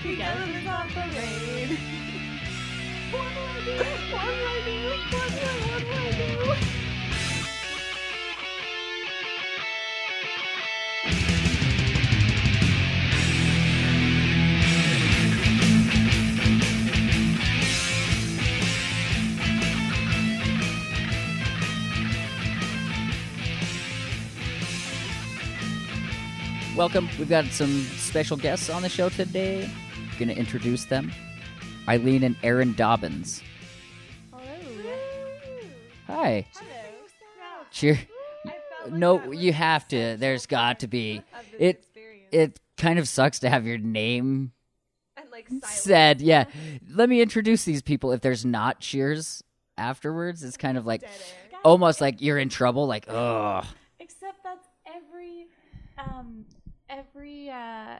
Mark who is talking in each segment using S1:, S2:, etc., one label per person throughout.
S1: Together we got the rain. What do I do? What do I do? What do I, what do, I do?
S2: Welcome. We've got some special guests on the show today. going to introduce them Eileen and Aaron Dobbins.
S1: Hello.
S2: Hi.
S1: Hello.
S2: Cheer.
S1: I felt like that
S2: No,
S1: was
S2: you have
S1: the
S2: to. There's
S1: central
S2: got to
S1: part
S2: be.
S1: of this
S2: It-
S1: experience.
S2: It kind of sucks to have your name
S1: and like silence.
S2: said. Yeah. Let me introduce these people. If there's not cheers afterwards, it's kind of like
S1: Dead air.
S2: almost like you're in trouble. Like, oh,
S3: Except that's every, um, every, uh,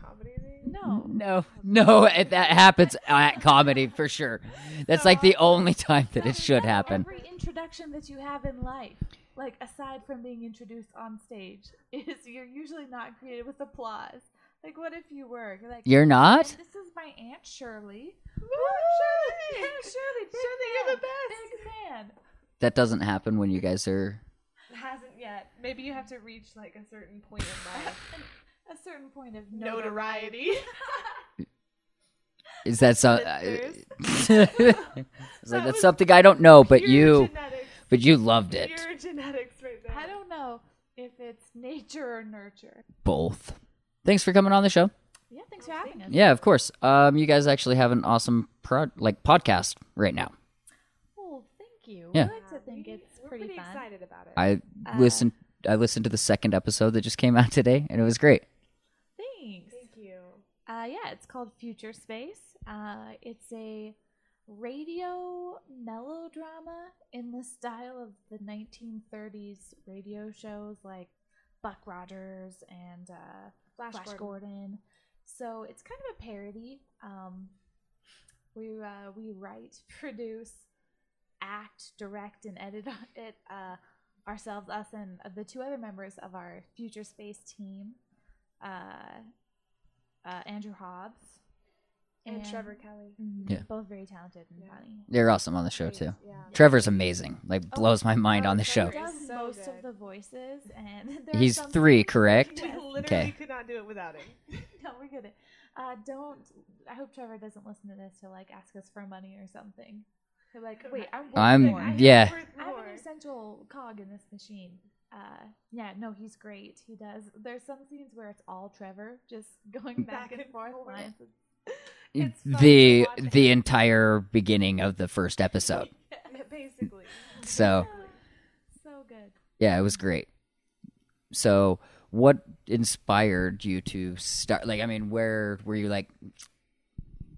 S1: comedy thing.
S3: no.
S2: no, no. It, that happens at comedy for sure. That's like the only time that it
S3: That's-
S2: should
S3: that's
S2: happen.
S3: Every introduction that you have in life, like aside from being introduced on stage, is you're usually not greeted with applause. Like, what if you were? You're like,
S2: You're
S3: "And
S2: not?
S3: This is my aunt Shirley.
S1: Woo!
S3: Yeah,
S1: Shirley!
S3: Shirley, big
S1: Shirley, you're the
S3: fan,
S1: best.
S3: Big fan.
S2: That doesn't happen when you guys are
S1: Hasn't yet. Maybe you have to reach like a certain point in life.
S3: A certain point of notoriety.
S1: Notoriety.
S2: Is that so?
S1: Lifters.
S2: it's like
S1: That
S2: that's
S1: was
S2: something I don't know, but
S1: Pure
S2: you,
S1: genetics.
S2: but you loved it.
S1: Pure genetics right there.
S3: I don't know if it's nature or nurture.
S2: Both. Thanks for coming on the show.
S3: Yeah, thanks for having us.
S2: Yeah, of course. Um, you guys actually have an awesome pro- like podcast right now.
S3: Well, thank you.
S2: Yeah.
S3: We like to think it's
S1: We're
S3: pretty, fun.
S1: excited about it.
S2: I
S3: Uh,
S2: listened. I listened to the second episode that just came out today, and it was great.
S3: Thanks.
S1: Thank you.
S3: Uh, yeah, it's called Future Space. Uh, it's a radio melodrama in the style of the 1930s radio shows like Buck Rogers and uh, Flash, Gordon. So it's kind of a parody. Um, we uh, we write, produce, act, direct, and edit it uh, ourselves, us, and uh, the two other members of our Future Space team. Uh, uh, Andrew Hobbs
S1: And, Trevor Kelly.
S3: Mhm,
S2: Yeah.
S3: both very talented and
S1: Yeah.
S3: funny.
S2: They're awesome on the show too.
S1: Yeah.
S2: Trevor's amazing. Like
S3: Oh,
S2: blows my mind
S1: oh,
S2: on the show.
S3: He
S1: Trevor
S3: does
S1: is so
S3: most
S1: good.
S3: of the voices, and there are
S2: He's
S3: some
S2: three,
S3: things-
S2: correct?
S1: We
S3: Yes.
S1: literally
S2: Okay.
S1: could not do it without him.
S3: No, we're good. Uh, don't. I hope Trevor doesn't listen to this to like ask us for money or something. They're like, wait, I'm. worth
S2: I'm-
S3: more.
S1: Like, I
S2: yeah.
S1: am worth
S3: I'm
S1: more.
S3: an essential cog in this machine. Uh, yeah, no, he's great. He does. There's some scenes where it's all Trevor just going back, and, forth. lines.
S1: It's fun
S2: The
S1: to watch
S2: the
S1: it.
S2: entire beginning of the first episode.
S1: Basically.
S2: So
S3: So good.
S2: Yeah, it was great. So, what inspired you to start? Like, I mean, where were you like,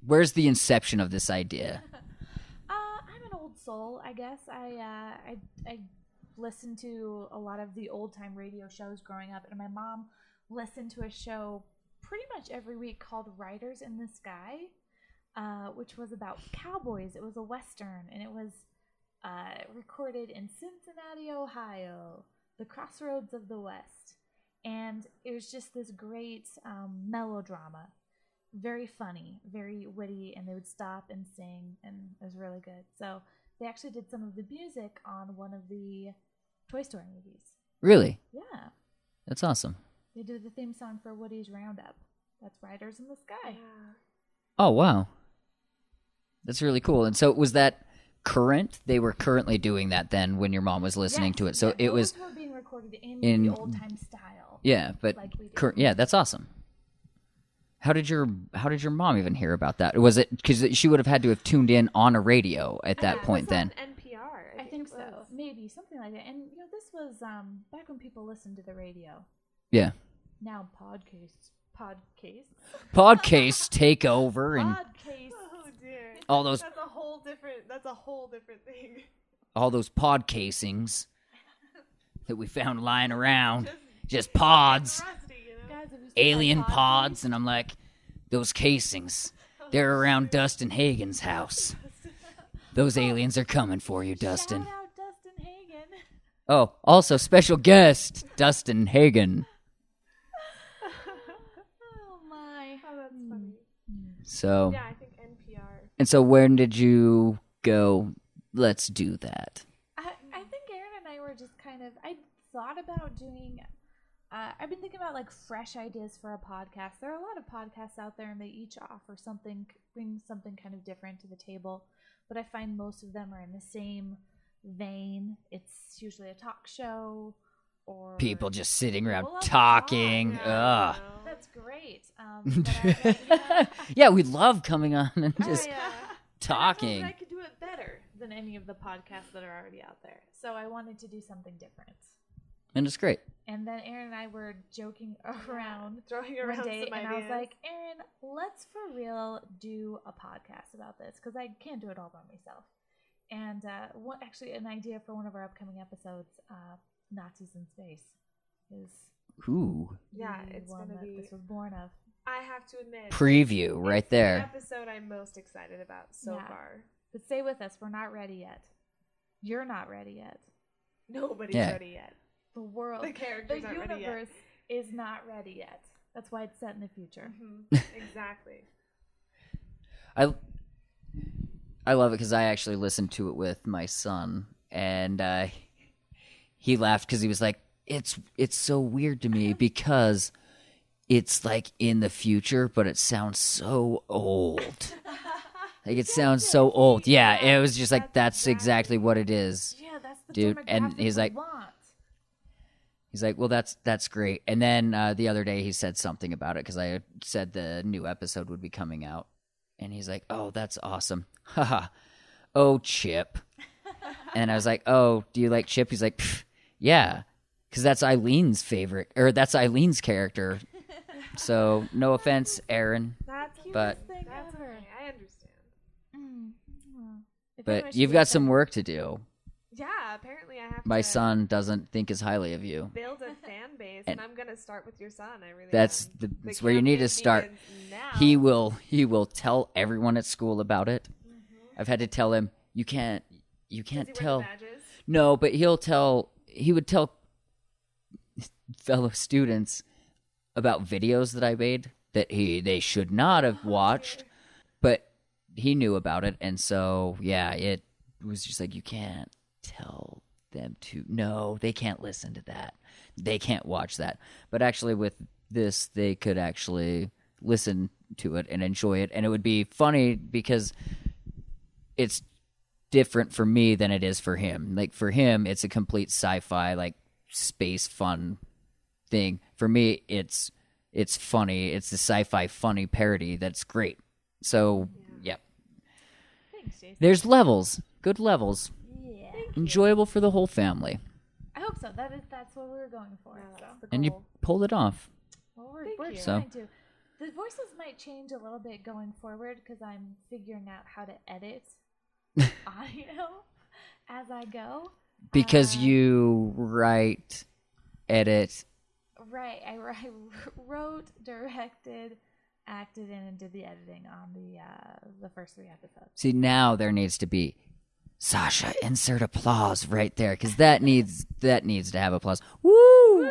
S2: where's the inception of this idea?
S3: Uh, I'm an old soul, I guess. I, uh, I I listened to a lot of the old time radio shows growing up, and my mom listened to a show pretty much every week called "Riders in the Sky," uh, which was about cowboys. It was a western, and it was uh, recorded in Cincinnati, Ohio, the crossroads of the West, and it was just this great um, melodrama very funny, very witty, and they would stop and sing, and it was really good. So they actually did some of the music on one of the Toy Story movies.
S2: Really?
S3: Yeah,
S2: That's awesome.
S3: they did the theme song for Woody's Roundup. That's Riders in the Sky.
S2: Oh, wow. That's really cool. And so, was that current? They were currently doing that then when your mom was listening
S3: Yes,
S2: to it. So,
S3: yes,
S2: it
S3: those
S2: was,
S3: were being recorded in,
S2: in-
S3: the old time style.
S2: yeah, but
S3: Like we do.
S2: cur- yeah, that's awesome. How did your how did your mom even hear about that? Was it because she would have had to have tuned in on a radio at
S1: Yeah, Uh,
S2: that
S1: it
S2: point
S1: was on
S2: then?
S1: NPR.
S3: I think
S1: it
S3: so,
S1: was.
S3: maybe something like that. And you know, this was um, back when people listened to the radio.
S2: Yeah.
S3: Now podcasts, podcasts,
S2: Podcasts take over and
S3: podcasts.
S1: Oh dear.
S2: all those
S1: That's a whole different. That's a whole different thing.
S2: all those pod casings that we found lying around,
S1: Just
S2: just pods,
S1: Rusty, you know.
S3: Guys, have you seen that
S2: alien
S3: podcast?
S2: pods, and I'm like, those casings, they're around Dustin Hagen's house. Those aliens are coming for you, Dustin.
S3: Shout out Dustin Hagen.
S2: Oh, also special guest, Dustin Hagen.
S3: Hmm.
S2: So
S1: Oh, Yeah, I think NPR.
S2: and so when did you go? Let's do that.
S3: I, I think Aaron and I were just kind of. I thought about doing. Uh, I've been thinking about like fresh ideas for a podcast. There are a lot of podcasts out there, and they each offer something, bring something kind of different to the table. But I find most of them are in the same vein. It's usually a talk show, or
S2: People just sitting around
S3: Well, that's
S2: talking.
S3: fine.
S2: Ugh.
S1: Yeah, I
S3: That's
S1: don't
S3: great. Um, but I-
S2: yeah. we love coming on and
S1: know.
S2: just
S1: I, uh, I, don't know
S2: talking.
S1: that I could do it better.
S3: than any of the podcasts that are already out there. So I wanted to do something different.
S2: and it's great.
S3: And then Aaron and I were joking around
S1: throwing
S3: one
S1: around
S3: day,
S1: some
S3: and I was
S1: ideas.
S3: like, Aaron, let's for real do a podcast about this because I can't do it all by myself. And uh, what actually an idea for one of our upcoming episodes, uh, Nazis in Space, is
S2: Ooh.
S1: Yeah,
S3: the
S1: it's
S3: one
S1: gonna
S3: that
S1: be-
S3: this was born of.
S1: I have to admit,
S2: Preview right
S1: it's the
S2: there.
S1: episode I'm most excited about so
S3: Yeah.
S1: far.
S3: But stay with us; we're not ready yet. You're not ready yet.
S1: Nobody's
S2: Yeah.
S1: ready yet.
S3: Oh, The world,
S1: The characters
S3: the
S1: aren't ready yet.
S3: universe is not ready yet. That's why it's set in the future.
S1: Mhm, exactly.
S2: I I love it because I actually listened to it with my son, and uh, he laughed because he was like, "It's it's so weird to me because it's like in the future, but it sounds so old. Like it sounds so old. Yeah, it was just like
S3: That's
S2: that's exactly what it is."
S3: Mm-hmm. Yeah, that's the
S2: Dude, and
S3: demographic
S2: he's
S3: we
S2: like-
S3: want.
S2: He's like, "Well, that's that's great." And then uh, the other day, he said something about it because I said the new episode would be coming out, and he's like, "Oh, that's awesome!" Haha. oh, Chip. and I was like, "Oh, do you like Chip?" He's like, "Pff, "Yeah," because that's Eileen's favorite, or that's Eileen's character. so, no offense, Aaron,
S3: That's the
S2: But-
S3: cutest thing
S1: That's
S3: ever.
S1: okay. I understand.
S3: Mm. Aw. If anyone
S2: but
S3: should
S2: you've
S3: get
S2: got
S3: that-
S2: some work to do.
S1: Yeah, apparently I have to
S2: My son doesn't think as highly of you.
S1: build a fan base, and, I'm gonna start with your son. I really
S2: That's
S1: am.
S2: the,
S1: The
S2: that's where you need to
S1: campaign
S2: start.
S1: begins Now.
S2: He will he will tell everyone at school about it.
S1: Mhm.
S2: I've had to tell him you can't you
S1: Does
S2: can't
S1: he wear the
S2: tell.
S1: badges?
S2: No, but he'll tell he would tell fellow students about videos that I made that he they should not have watched, but he knew about it and so yeah, it was just like you can't tell them to no, they can't listen to that. They can't watch that. But actually with this they could actually listen to it and enjoy it and it would be funny because it's different for me than it is for him. Like for him, it's a complete sci-fi, like space fun thing. For me, it's it's funny. It's the sci-fi funny parody that's great. So yeah,
S3: Thanks, Jason.
S2: there's levels, good levels,
S3: Yeah.
S2: enjoyable for the whole family,
S3: I hope so. That is that's what we were going for.
S1: Yeah,
S3: so.
S1: that's the
S2: and you
S1: goal.
S2: pulled it off.
S3: Well, we're,
S1: Thank
S3: we're
S1: you.
S2: So-
S3: trying to. The voices might change a little bit going forward because I'm figuring out how to edit audio as I go.
S2: Because
S3: Uh,
S2: you write, edit,
S3: Right. I, wr- I wrote, directed, acted in, and did the editing on the uh, the first three episodes.
S2: See, now there needs to be Sasha. Insert applause right there because that needs that needs to have applause. Woo!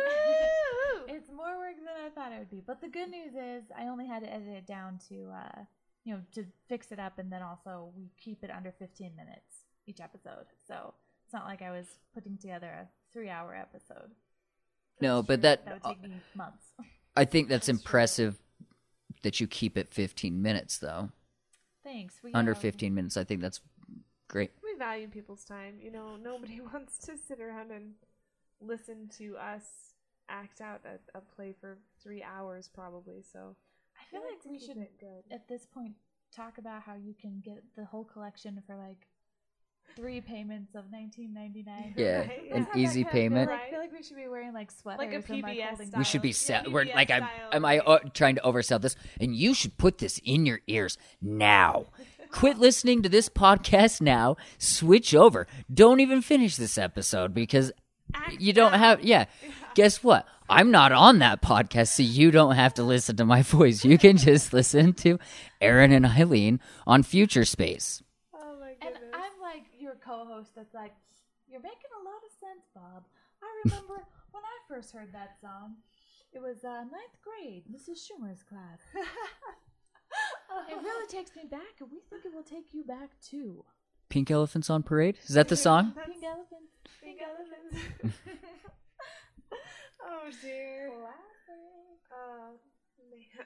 S3: It's more work than I thought it would be. But the good news is I only had to edit it down to uh, you know, to fix it up and then also we keep it under 15 minutes each episode. So it's not like I was putting together a 3-hour episode.
S2: No,
S3: That's
S2: but
S3: true.
S2: that- uh,
S3: that would take me months.
S2: I think that's,
S1: That's true.
S2: impressive that you keep it 15 minutes though.
S3: Thanks. We
S2: Under
S3: um,
S2: 15 minutes, I think that's great.
S1: We value people's time. You know, nobody wants to sit around and listen to us act out a, a play for three hours, probably. So
S3: I feel like we should
S1: good.
S3: at this point talk about how you can get the whole collection for like three payments of 19.99.
S2: Yeah,
S1: Right, yeah.
S2: an
S1: Have that
S2: easy
S3: kind of feel
S2: payment.
S3: Like, I feel like we should be wearing like sweaters, and, like,
S1: PBS
S3: holding
S1: style.
S2: we should be
S1: Yeah,
S2: set.
S1: PBS
S2: we're like, I'm,
S1: style,
S2: am I
S1: right.
S2: uh, trying to oversell this? And you should put this in your ears now. Quit listening to this podcast now. Switch over. Don't even finish this episode because
S1: Act
S2: you don't
S1: out.
S2: have yeah. Guess what? I'm not on that podcast, so you don't have to listen to my voice. You can just listen to Aaron and Eileen on Future Space.
S1: Oh my
S3: And
S1: goodness.
S3: I'm like your co-host that's like, you're making a lot of sense, Bob. I remember when I first heard that song. It was uh, ninth grade, Mrs. Schumer's class. I It really takes me back, and we think it will take you back too.
S2: Pink Elephants on Parade? Is that the song?
S3: Pink elephant.
S1: Pink elephants. oh dear. Oh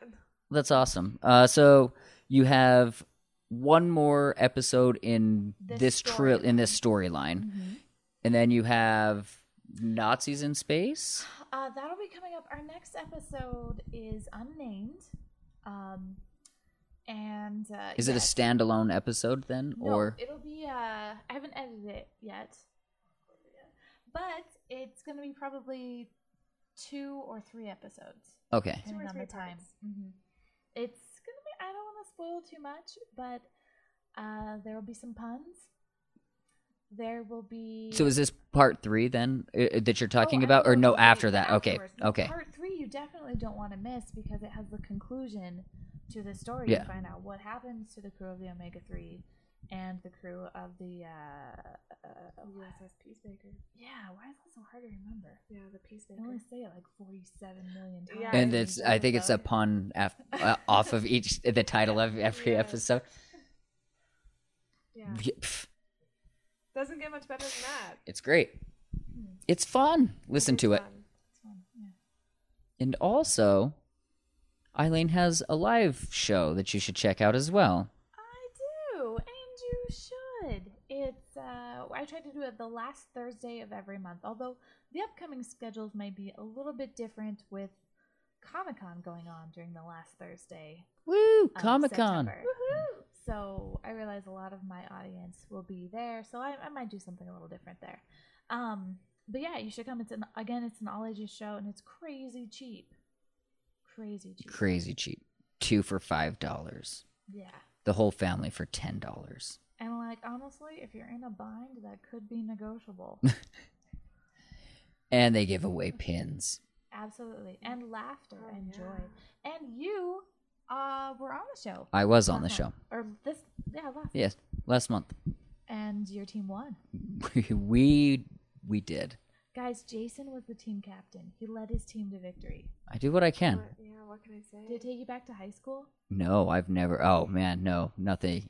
S1: man.
S2: That's awesome. Uh, so you have one more episode in
S3: This
S2: this tri- in this storyline,
S3: Mhm.
S2: and then you have Nazis in space.
S3: Uh, that'll be coming up. Our next episode is unnamed. Um, and uh,
S2: Is it a
S3: yes.
S2: standalone episode then,
S3: No,
S2: or
S3: it'll be. Uh, I haven't edited it yet, but it's gonna be probably two or three episodes,
S2: okay?
S3: depending on the time.
S1: parts.
S3: hmm It's gonna be. I don't want to spoil too much, but uh, there will be some puns. There will be.
S2: So is this part three then uh, uh, that you're talking
S3: Oh,
S2: about, or no
S3: absolutely.
S2: after that? Okay,
S3: Afterwards.
S2: okay.
S3: Part three, you definitely don't want to miss because it has the conclusion to the story.
S2: Yeah.
S3: You find out what happens to the crew of the Omega Three and the crew of the. Uh,
S1: Oh,
S3: uh,
S1: USS Peacemaker.
S3: yeah, why is that so hard to remember?
S1: Yeah, the
S3: I
S1: Peacemaker.
S3: only say it like forty-seven million times.
S1: Yeah,
S2: And
S1: I
S2: it's I think it's a
S3: episode.
S2: pun af- uh, off of each the title of every
S1: Yeah.
S2: episode.
S1: Yeah.
S2: Yeah, pff,
S1: Doesn't get much better than that.
S2: It's great.
S3: Hmm.
S2: It's fun. Listen
S1: It'll be
S2: to it.
S1: fun.
S3: It's fun, yeah.
S2: And also, Eileen has a live show that you should check out as well.
S3: I do, and you should. It's uh, I try to do it the last Thursday of every month. Although the upcoming schedules may be a little bit different with Comic Con going on during the last Thursday.
S2: Woo!
S3: of
S2: Comic Con.
S3: Oh, September. So I realize a lot of my audience will be there, so I, I might do something a little different there. Um, but yeah, you should come. It's an again, it's an all ages show, and it's crazy cheap. Crazy cheap.
S2: Crazy cheap. Two for five dollars.
S3: yeah.
S2: The whole family for ten dollars.
S3: And like honestly, if you're in a bind, that could be negotiable.
S2: And they give away pins.
S3: Absolutely. And laughter
S1: Oh,
S3: and
S1: yeah.
S3: joy. And you uh were on the show.
S2: I was on the
S3: Last
S2: show.
S3: month. Or this yeah, last
S2: Yes, last month.
S3: and your team won.
S2: we we did.
S3: Guys, Jason was the team captain. He led his team to victory.
S2: I do what I can.
S1: What- yeah, what can I say?
S3: Did it take you back to high school?
S2: No, I've never. Oh man, no, nothing.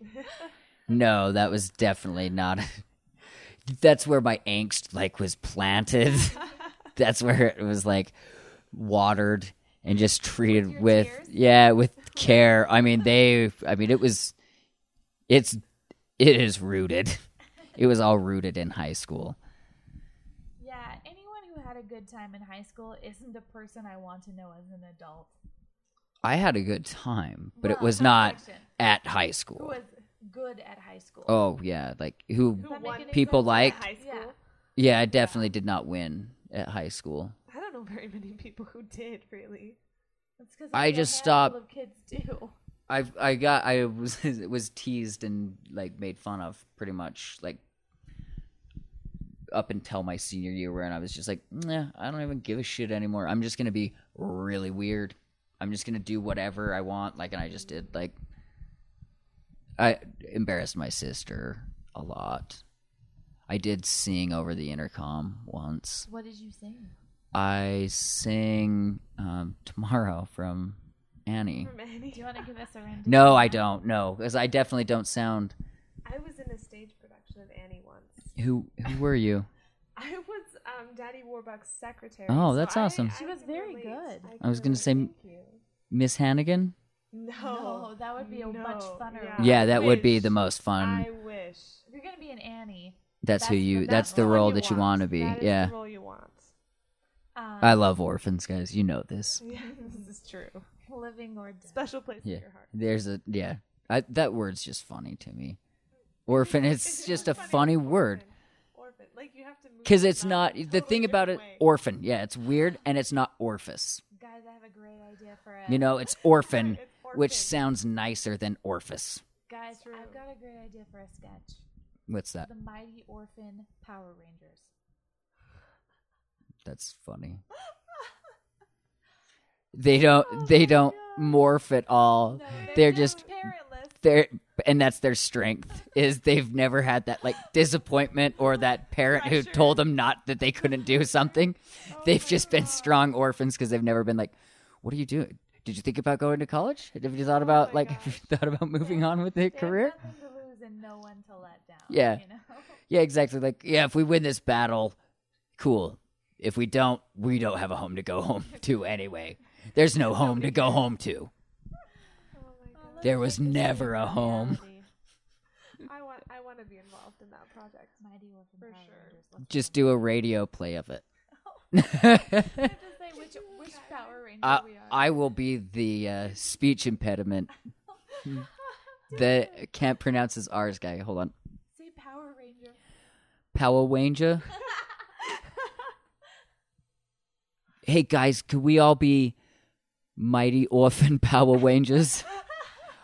S2: no, that was definitely not. That's where my angst like was planted. That's where it was like watered and just treated
S3: your
S2: with,
S3: tears?
S2: yeah, with care. I mean, they. I mean, it was. It's. It is rooted. It was all rooted in high school.
S3: Yeah, anyone who had a good time in high school isn't the person I want to know as an adult.
S2: I had a good time, but it
S3: Well,
S2: was not
S3: correction.
S2: at high
S3: Who
S2: school.
S3: was good at hany school?
S2: Oh yeah, like who
S1: Who
S3: Does that make
S1: won
S3: any
S2: people
S1: at
S3: sense?
S2: liked.
S1: high school?
S3: Yeah.
S2: Yeah, I definitely did not win at high school.
S1: I don't know very many people who did really.
S3: That's 'cause
S2: I
S3: only a
S2: just
S3: handful
S2: stopped-
S3: Of kids do.
S2: I I got I was was teased and like made fun of pretty much like up until my senior year where I was just like, nah, I don't even give a shit anymore. I'm just gonna be really weird. I'm just gonna do whatever I want. Like, and I just did like I embarrassed my sister a lot. I did sing over the intercom once.
S3: What did you sing?
S2: I sing um, tomorrow from Annie.
S1: From any.
S3: Do you want to give us a rendition?
S2: No, I don't. No, because I definitely don't sound.
S1: I was in a stage production of Annie once.
S2: Who who were you?
S1: I was um, Daddy Warbuck's secretary.
S2: Oh,
S1: so
S2: that's
S1: I-
S2: awesome.
S1: I
S3: She was
S1: can
S3: very
S1: relate.
S3: good.
S1: I,
S2: I was
S1: can
S2: gonna
S1: relate.
S2: say-
S1: Thank you.
S2: Miss Hannigan?
S1: No.
S3: No, that would be a much
S1: No,
S3: funner.
S1: yeah.
S3: one.
S2: yeah, that would be
S1: wish.
S2: the most fun.
S1: I wish.
S3: If you're gonna be an Annie,
S2: that's, who
S3: that's
S2: you.
S3: the-
S2: That's,
S3: that's
S2: the
S3: the one
S2: role
S1: you
S2: that you
S1: want.
S2: want to be.
S1: That is
S2: yeah,
S1: the role you want.
S3: um,
S2: I love orphans, guys. You know this.
S1: Yeah, this is true.
S3: living or dead.
S1: Special place
S2: Yeah,
S1: in your heart.
S2: there's a yeah. I, that word's just funny to me. Orphan. It's just a funny word
S1: Orphan. Orphan. Like you have to move
S2: because
S1: your
S2: it's
S1: mouth
S2: not
S1: in a
S2: the
S1: totally
S2: thing about it.
S1: different way. Oh,
S2: Orphan. Yeah, it's weird and it's not orifice.
S3: Guys, I have a great idea for a.
S2: You know, it's orphan,
S1: It's
S2: which
S1: orphan.
S2: sounds nicer than orifice.
S3: guys,
S1: True.
S3: I've got a great idea for a sketch.
S2: What's that?
S3: The Mighty Orphan Power Rangers.
S2: That's funny. They don't they don't morph at all. they're just
S3: parentless.
S2: they're and that's their strength is they've never had that like disappointment or that parent who
S1: Pressure.
S2: told them not that they couldn't do something.
S1: Oh
S2: They've
S1: my
S2: just been
S1: God.
S2: strong orphans because they've never been like, "What are you doing? Did you think about going to college? Have you thought
S3: Oh
S2: about
S3: my
S2: like
S3: gosh.
S2: have you thought about moving
S3: Yeah.
S2: on with a
S3: They have
S2: career?
S3: nothing to lose and no one to let down.
S2: Yeah.
S3: You know?
S2: Yeah, exactly. Like, yeah, if we win this battle, cool. If we don't, we don't have a home to go home to anyway. There's no home to go home to.
S1: Oh my
S3: Oh,
S1: God.
S3: let's
S2: There was
S3: make this
S2: never
S3: a
S2: a home.
S3: reality.
S1: I want I want to be involved in that project.
S3: Mighty Wolf and
S1: For
S3: Power
S1: sure.
S3: Rangers, let's
S2: Just
S3: go.
S2: do a radio play of it.
S3: I have to say which, which Power Ranger
S2: I,
S3: we are.
S2: I will be the uh, speech impediment that can't pronounce his R's guy. Hold on.
S3: Say Power Ranger.
S2: Power Wanger. hey guys, could we all be mighty orphan Power Wangers?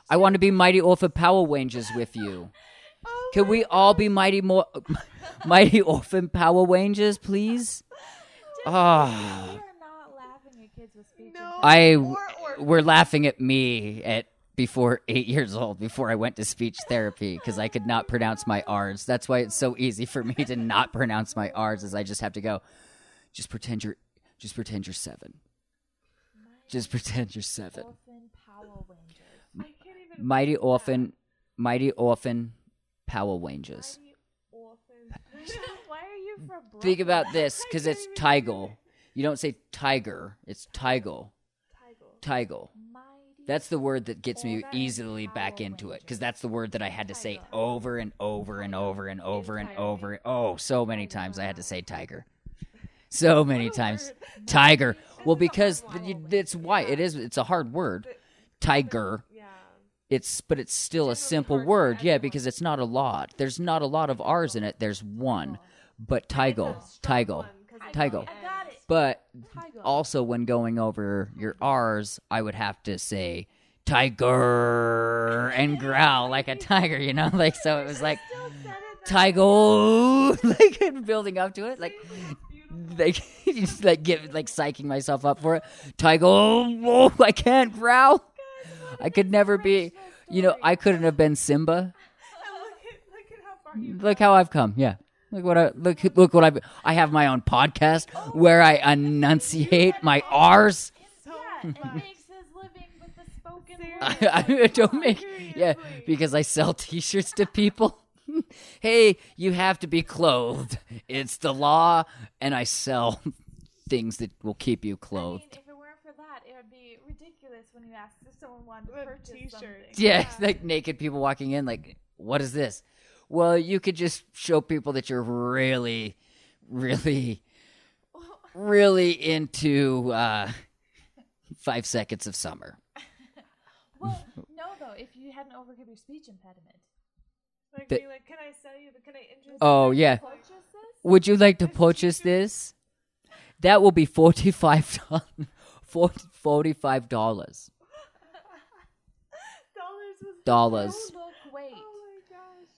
S2: I want to be mighty orphan Power Wangers with you.
S3: Oh
S2: Could
S3: my
S2: we all be mighty more mighty orphan Power Wangers, please?
S3: We
S2: Ah,
S3: are not laughing at kids with speech.
S1: No.
S3: impediments.
S2: I
S1: Or orphan.
S2: were laughing at me at before eight years old before I went to speech therapy because I could not pronounce my R's. That's why it's so easy for me to not pronounce my R's is I just have to go. Just pretend you're. Just pretend you're seven. Just pretend you're seven.
S3: Orphan Power Rangers.
S1: I can't even.
S2: Mighty
S1: read that.
S2: orphan, mighty orphan, Power Rangers.
S1: Mighty orphan.
S3: Why are you from Brooklyn?
S2: Think about this
S1: I
S2: because
S1: can't
S2: it's
S1: even do
S2: Tigle. You don't say tiger. It's Tigle.
S1: Tigle.
S2: Tigle.
S3: Mighty
S2: That's the word that gets me
S3: Orphan
S2: easily
S3: Power
S2: back into it because
S3: Rangers.
S2: that's the word that I had to say
S3: Tiger.
S2: over and over and over and over and
S1: Tiger.
S2: over. Oh, so many times I had to say tiger. So many
S1: What a
S2: times.
S1: word.
S2: Tiger.
S1: That's
S2: Well,
S1: a hard
S2: because
S1: one.
S2: th- you- that's why it is. It's a hard word.
S1: But-
S2: Tiger.
S1: Yeah.
S2: It's but it's still
S1: Generally
S2: a simple
S1: hard for
S2: word. Yeah,
S1: everyone.
S2: because it's not a lot. There's not a lot of R's in it. There's one.
S1: Oh.
S2: But tigle, tigle. Tigle.
S3: I got it.
S2: But
S3: Tiger.
S2: also when going over your R's, I would have to say tiger and growl like a tiger, you know? Like so it was like
S3: Still said it that
S2: tiger like and building up to it like
S1: Beautiful.
S2: like just like give like psyching myself up for it. Tiger, oh, I can't growl. I could never be you know, I couldn't have been Simba.
S1: And look at look at how far you.
S2: Look how I've come. Yeah. Look what I look look what I've I have my own podcast where I enunciate my R's.
S1: So
S3: Yeah, it makes his living with the spoken word.
S2: I, I don't make yeah
S1: Seriously.
S2: because I sell T-shirts to people. hey, you have to be clothed. It's the law, and I sell things that will keep you
S3: I mean,
S2: clothed.
S3: if it weren't for that, it would be ridiculous when you ask if someone wanted to
S1: With
S3: purchase
S1: t-shirts.
S3: something.
S2: yeah, it's like naked people walking in, like, what is this? Well, you could just show people that you're really, really, really into uh, five seconds of summer.
S3: Well, no, though, if you hadn't overcome your speech impediment,
S1: Like,
S2: The-
S1: be like, can I sell you? The, can I interest?
S2: Oh
S1: you?
S2: yeah,
S3: purchase this.
S2: Would you like to purchase this? That will be forty five dollars. Forty five dollars.
S1: Dollars was.
S2: Dollars.
S3: No, look, wait.
S1: Oh my gosh.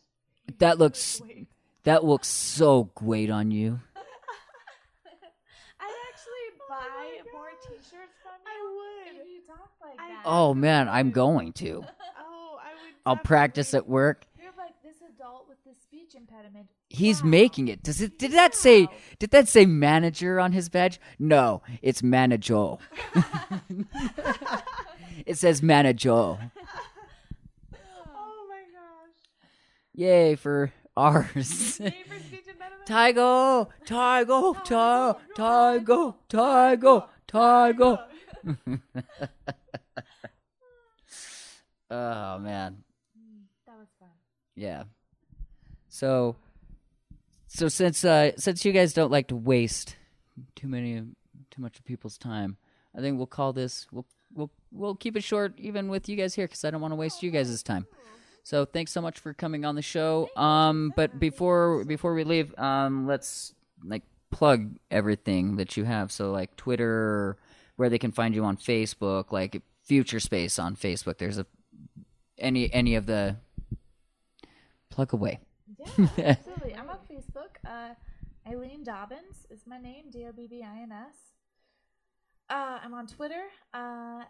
S2: That looks
S1: Wait.
S2: that looks so great on you.
S3: I'd actually buy
S1: Oh my
S3: more
S1: God.
S3: T-shirts from
S1: I
S3: you
S1: would.
S3: if you talk like
S1: I-
S3: that.
S2: Oh man, I'm going to.
S1: Oh, I would.
S2: I'll practice at
S1: definitely-
S2: work.
S3: You're like this adult with this speech impediment.
S2: He's
S3: Wow.
S2: making it. Does it did that say did that say manager on his badge? No, it's manager. it says manager.
S1: Oh my gosh.
S2: Yay for ours.
S1: Neighbors speech impediment.
S2: Tiger, tiger, tiger, tiger, tiger, tiger. oh man,
S3: That was fun.
S2: yeah. So, so since uh, since you guys don't like to waste too many too much of people's time, I think we'll call this we'll we'll we'll keep it short even with you guys here because I don't want to waste you guys' time. So thanks so much for coming on the show. Um, but before before we leave, um, let's like plug everything that you have. So like Twitter, where they can find you on Facebook, like Future Space on Facebook. There's a any any of the plug away.
S3: Yeah, absolutely. I'm on Facebook. Uh, Eileen Dobbins is my name, D O B B I N S. Uh, I'm on Twitter uh,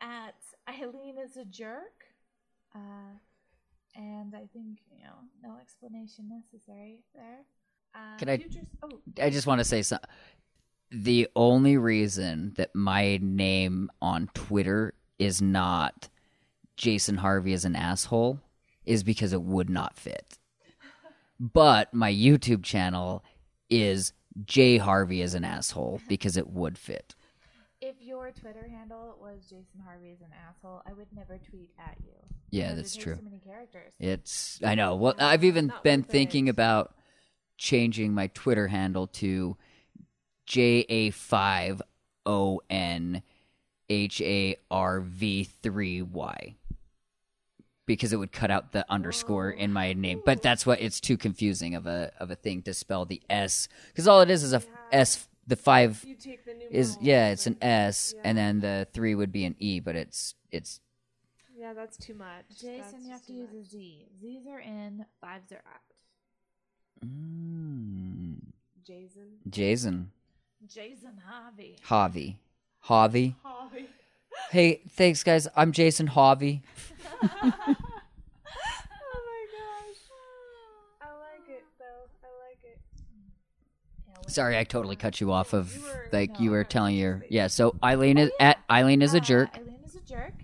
S3: at Eileen is a jerk. Uh, and I think, you know, no explanation necessary there. Uh,
S2: Can I-
S3: futures- oh,
S2: I just want to say something. the only reason that my name on Twitter is not Jason Harvey is an asshole is because it would not fit. But my YouTube channel is J Harvey is an asshole because it would fit.
S3: If your Twitter handle was Jason Harvey is an asshole, I would never tweet at you.
S2: Yeah,
S3: Because it
S2: that's
S3: takes
S2: true.
S3: So many characters.
S2: It's I know. Well, I've even
S1: Not
S2: been
S1: worth it.
S2: thinking about changing my Twitter handle to J A five O N H A R V three Y because it would cut out the underscore in my name. But that's what it's too confusing of a of a thing to spell the S because all it is is a f-
S1: Yeah.
S2: S the five
S1: You take the numeral.
S2: is yeah it's an S and
S1: Yeah.
S2: then the three would be an E but it's it's
S1: Yeah, that's too much. That's
S3: Jason, you have
S1: just
S3: to
S1: too
S3: use a
S1: much.
S3: Z. Z's are in, fives are out.
S2: mm,
S1: Jason.
S2: Jason.
S3: Jason Harvey.
S2: Javi. Javi.
S1: Oh
S3: Harvey.
S2: Hey, thanks guys. I'm Jason Javi.
S3: oh my gosh.
S1: I like it though. I like it.
S3: Yeah, wait.
S2: Sorry, I totally cut you off of
S1: You were-
S2: like you were
S1: no.
S2: telling your yeah. So Eileen is
S3: Oh, yeah.
S2: at Eileen is a
S3: Uh,
S2: jerk.
S3: Eileen is a jerk.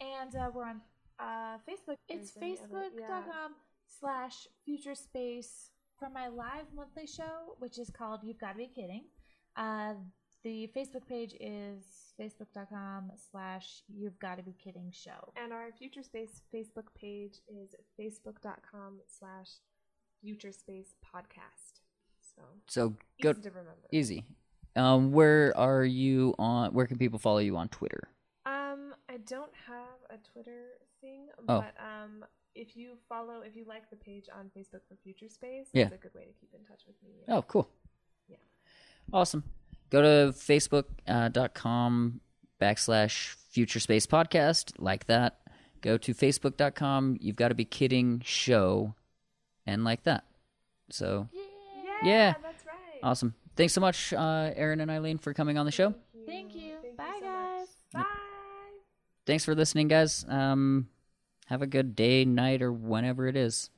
S3: And uh, we're on uh, Facebook. It's
S1: There's any other- yeah.
S3: facebook.com slash future space for my live monthly show, which is called You've Got to Be Kidding. Uh, the Facebook page is facebook.com slash You've Got to Be Kidding show.
S1: And our Future Space Facebook page is facebook.com slash Future Space Podcast. So
S2: So
S1: easy
S2: go
S1: to remember.
S2: easy. Um, where are you on? Where can people follow you on Twitter?
S1: Um, I don't have a Twitter thing,
S2: Oh.
S1: but um, if you follow, if you like the page on Facebook for Future Space,
S2: Yeah.
S1: it's a good way to keep in touch with me.
S2: Oh, cool.
S1: Yeah.
S2: Awesome. Go to facebook.com backslash future space podcast, like that. Go to facebook.com. You've got to be kidding show and like that. So
S1: yeah,
S2: Yeah.
S1: that's right.
S2: awesome. Thanks so much, uh, Aaron and Eileen, for coming on the show.
S3: Thank you.
S1: Thank
S3: Bye,
S1: so much.
S3: guys.
S1: Bye.
S2: Thanks for listening, guys. Um, have a good day, night, or whenever it is.